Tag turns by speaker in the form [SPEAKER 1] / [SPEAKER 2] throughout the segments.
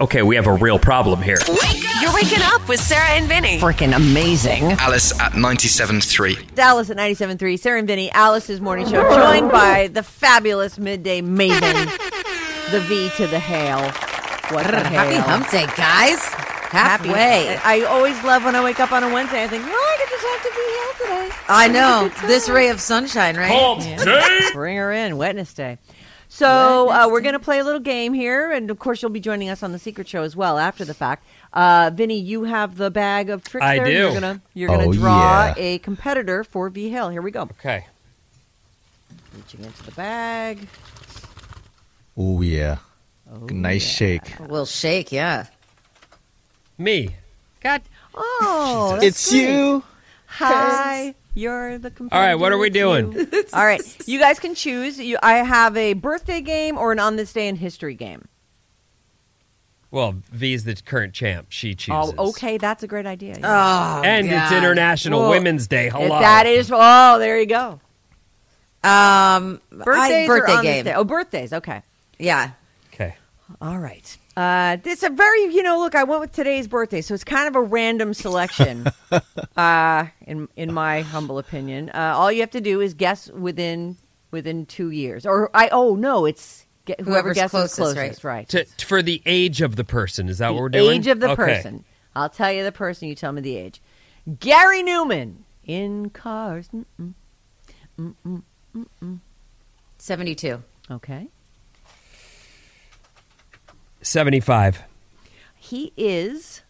[SPEAKER 1] okay, we have a real problem here.
[SPEAKER 2] You're waking up with Sarah and Vinny.
[SPEAKER 3] Freaking amazing.
[SPEAKER 4] Alice at 97.3.
[SPEAKER 5] Dallas at 97.3, Sarah and Vinny, Alice's morning show, joined by the fabulous midday maven, the V to the hail. What the
[SPEAKER 3] Happy
[SPEAKER 5] hail.
[SPEAKER 3] hump day, guys.
[SPEAKER 5] Happy-
[SPEAKER 3] Halfway.
[SPEAKER 5] I always love when I wake up on a Wednesday. I think, well, I get to talk to V Hale today.
[SPEAKER 3] I know. This ray of sunshine, right?
[SPEAKER 5] Bring her in, Wednesday. So uh, we're going to play a little game here, and of course, you'll be joining us on the Secret Show as well after the fact. Uh, Vinny, you have the bag of tricks.
[SPEAKER 1] I
[SPEAKER 5] there.
[SPEAKER 1] do.
[SPEAKER 5] You're gonna you're gonna
[SPEAKER 6] Oh,
[SPEAKER 5] draw
[SPEAKER 6] yeah.
[SPEAKER 5] a competitor for V Hale. Here we go.
[SPEAKER 1] Okay.
[SPEAKER 5] Reaching into the bag.
[SPEAKER 6] Oh yeah. nice shake.
[SPEAKER 3] We'll shake, yeah.
[SPEAKER 1] Me. God.
[SPEAKER 5] Oh, that's
[SPEAKER 6] It's you.
[SPEAKER 5] Hi, you're the competitor.
[SPEAKER 1] All right, what are we
[SPEAKER 5] It's you.
[SPEAKER 1] doing?
[SPEAKER 5] All right, you guys can choose. You, I have a birthday game or an on this day in history game.
[SPEAKER 1] Well, V's the current champ. She chooses.
[SPEAKER 5] Oh, okay, that's a great idea. yeah.
[SPEAKER 3] Oh,
[SPEAKER 1] And it's
[SPEAKER 3] God.
[SPEAKER 1] International
[SPEAKER 5] Well,
[SPEAKER 1] Women's Day.
[SPEAKER 5] If
[SPEAKER 1] Hello.
[SPEAKER 5] that is, oh, there you go.
[SPEAKER 3] Um,
[SPEAKER 5] Birthdays
[SPEAKER 3] I,
[SPEAKER 5] or
[SPEAKER 3] birthday
[SPEAKER 5] on this
[SPEAKER 3] game.
[SPEAKER 5] day? Oh, birthdays. Okay.
[SPEAKER 3] Yeah.
[SPEAKER 1] okay.
[SPEAKER 3] All right.
[SPEAKER 5] Uh, it's a very, you know, look, I went with today's birthday, so it's kind of a random selection, uh, in in my humble opinion. Uh, all you have to do is guess within within two years, or I oh no, it's get, whoever
[SPEAKER 3] Whoever's
[SPEAKER 5] guesses
[SPEAKER 3] closest,
[SPEAKER 5] closest,
[SPEAKER 3] right.
[SPEAKER 5] right?
[SPEAKER 1] To, for the age of the person, is that uh, what we're
[SPEAKER 5] The
[SPEAKER 1] doing?
[SPEAKER 5] age of the
[SPEAKER 1] Okay.
[SPEAKER 5] person. I'll tell you the person. You tell me the age. Gary Newman in Cars. Mm-mm.
[SPEAKER 3] 72.
[SPEAKER 5] Okay,
[SPEAKER 1] Seventy-five.
[SPEAKER 5] he is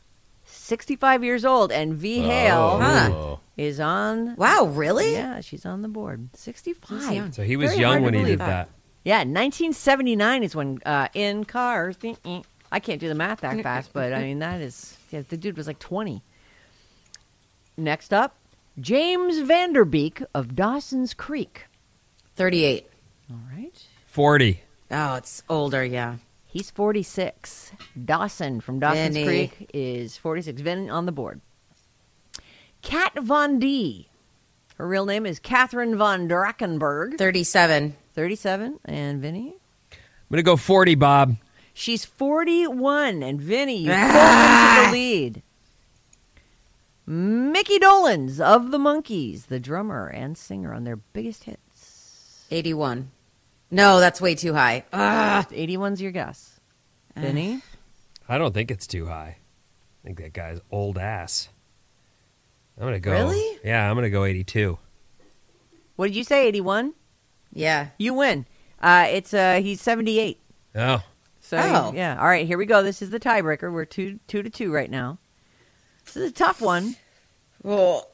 [SPEAKER 5] sixty-five years old, and V
[SPEAKER 6] Oh.
[SPEAKER 5] Hale
[SPEAKER 1] Oh.
[SPEAKER 3] Huh.
[SPEAKER 5] is on.
[SPEAKER 3] Wow, really?
[SPEAKER 5] Yeah, she's on the board.
[SPEAKER 3] He's young.
[SPEAKER 5] Sixty-five.
[SPEAKER 1] So he was
[SPEAKER 5] Very hard
[SPEAKER 1] young
[SPEAKER 5] to
[SPEAKER 1] when he
[SPEAKER 5] believe.
[SPEAKER 1] did that.
[SPEAKER 5] Yeah, 1979 is when uh, in cars. I can't do the math that fast, but I mean that is yeah, the dude was like 20. Next up, James Vanderbeek of Dawson's Creek.
[SPEAKER 3] 38.
[SPEAKER 5] All right,
[SPEAKER 1] Forty.
[SPEAKER 3] Oh, it's older, yeah.
[SPEAKER 5] he's 46. Dawson from Dawson's
[SPEAKER 3] Vinny.
[SPEAKER 5] Creek is 46. Vin on the board. Kat Von D. Her real name is Catherine von Drakenberg,
[SPEAKER 3] 37.
[SPEAKER 5] 37, and Vinny.
[SPEAKER 1] I'm gonna go forty, Bob.
[SPEAKER 5] She's 41, and Vinny, you pulled into the lead. Mickey Dolans of the Monkees, the drummer and singer on their biggest hits.
[SPEAKER 3] 81. No, that's way too high. Ugh.
[SPEAKER 5] 81's your guess. Vinny?
[SPEAKER 1] I don't think it's too high. I think that guy's old ass. I'm gonna go.
[SPEAKER 3] Really?
[SPEAKER 1] Yeah, I'm gonna go eighty-two.
[SPEAKER 5] What did you say, 81?
[SPEAKER 3] Yeah.
[SPEAKER 5] You win. Uh, it's uh, He's 78.
[SPEAKER 1] Oh,
[SPEAKER 5] So,
[SPEAKER 3] Oh.
[SPEAKER 5] yeah. All right, here we go. This is the tiebreaker. We're two, two to two right now. This is a tough one.
[SPEAKER 3] Well,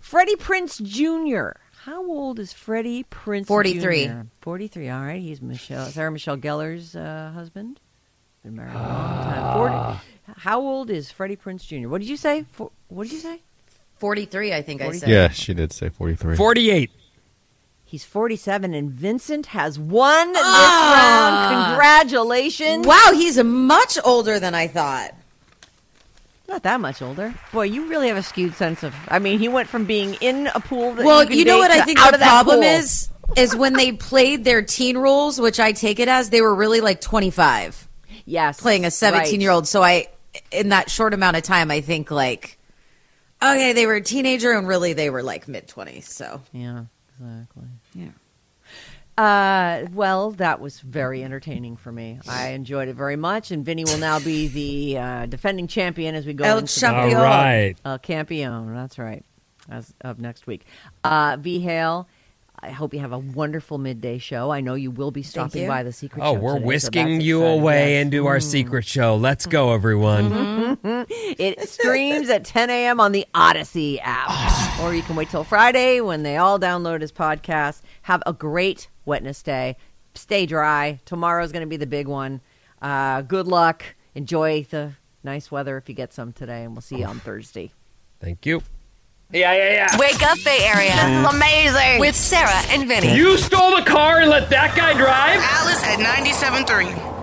[SPEAKER 5] Freddie Prince Jr. How old is Freddie Prince
[SPEAKER 3] 43.
[SPEAKER 5] Jr.? 43. All right. He's Michelle, Sarah Michelle Gellar's uh, husband. Been married a long time. 40. How old is Freddie Prince Jr.? What did you say? For, what did you say?
[SPEAKER 3] 43, I think I said.
[SPEAKER 6] Yeah, she did say 43.
[SPEAKER 1] forty-eight.
[SPEAKER 5] He's 47, and Vincent has won this
[SPEAKER 3] Ah.
[SPEAKER 5] round. Congratulations.
[SPEAKER 3] Wow, he's much older than I thought.
[SPEAKER 5] Not that much older. Boy, you really have a skewed sense of. I mean, he went from being in a pool. That
[SPEAKER 3] Well,
[SPEAKER 5] you,
[SPEAKER 3] you, know what I think
[SPEAKER 5] out
[SPEAKER 3] the
[SPEAKER 5] of that
[SPEAKER 3] problem
[SPEAKER 5] pool.
[SPEAKER 3] is is when they played their teen roles, which I take it as they were really like 25
[SPEAKER 5] Yes.
[SPEAKER 3] playing a 17
[SPEAKER 5] right.
[SPEAKER 3] year old. So I in that short amount of time, I think like okay, they were a teenager and really they were like mid 20s. So
[SPEAKER 5] Yeah, exactly.
[SPEAKER 3] Yeah.
[SPEAKER 5] Uh, well, that was very entertaining for me. I enjoyed it very much, and Vinny will now be the uh, defending champion as we go
[SPEAKER 3] El
[SPEAKER 5] into the-
[SPEAKER 3] Champion.
[SPEAKER 1] All right.
[SPEAKER 5] El Campion. That's right. As of next week, uh, V Hale. I hope you have a wonderful midday show. I know you will be stopping
[SPEAKER 3] you.
[SPEAKER 5] by the secret.
[SPEAKER 1] Oh,
[SPEAKER 5] Show
[SPEAKER 1] we're
[SPEAKER 5] today, so
[SPEAKER 1] whisking
[SPEAKER 5] that's
[SPEAKER 1] you
[SPEAKER 5] exciting.
[SPEAKER 1] away
[SPEAKER 5] Yes. Mm. Mm-hmm.
[SPEAKER 1] into our secret show. Let's go, everyone.
[SPEAKER 5] It streams at 10 a.m. on the Odyssey app. or you can wait till Friday when they all download his podcast. Have a great wetness day. Stay dry. Tomorrow's going to be the big one. Uh, good luck. Enjoy the nice weather if you get some today, and we'll see you on Thursday.
[SPEAKER 1] Thank you. Yeah, yeah, yeah.
[SPEAKER 2] Wake up, Bay Area. This is amazing. With Sarah and Vinny.
[SPEAKER 1] You stole the car and let that guy drive?
[SPEAKER 7] Alice at 97.3.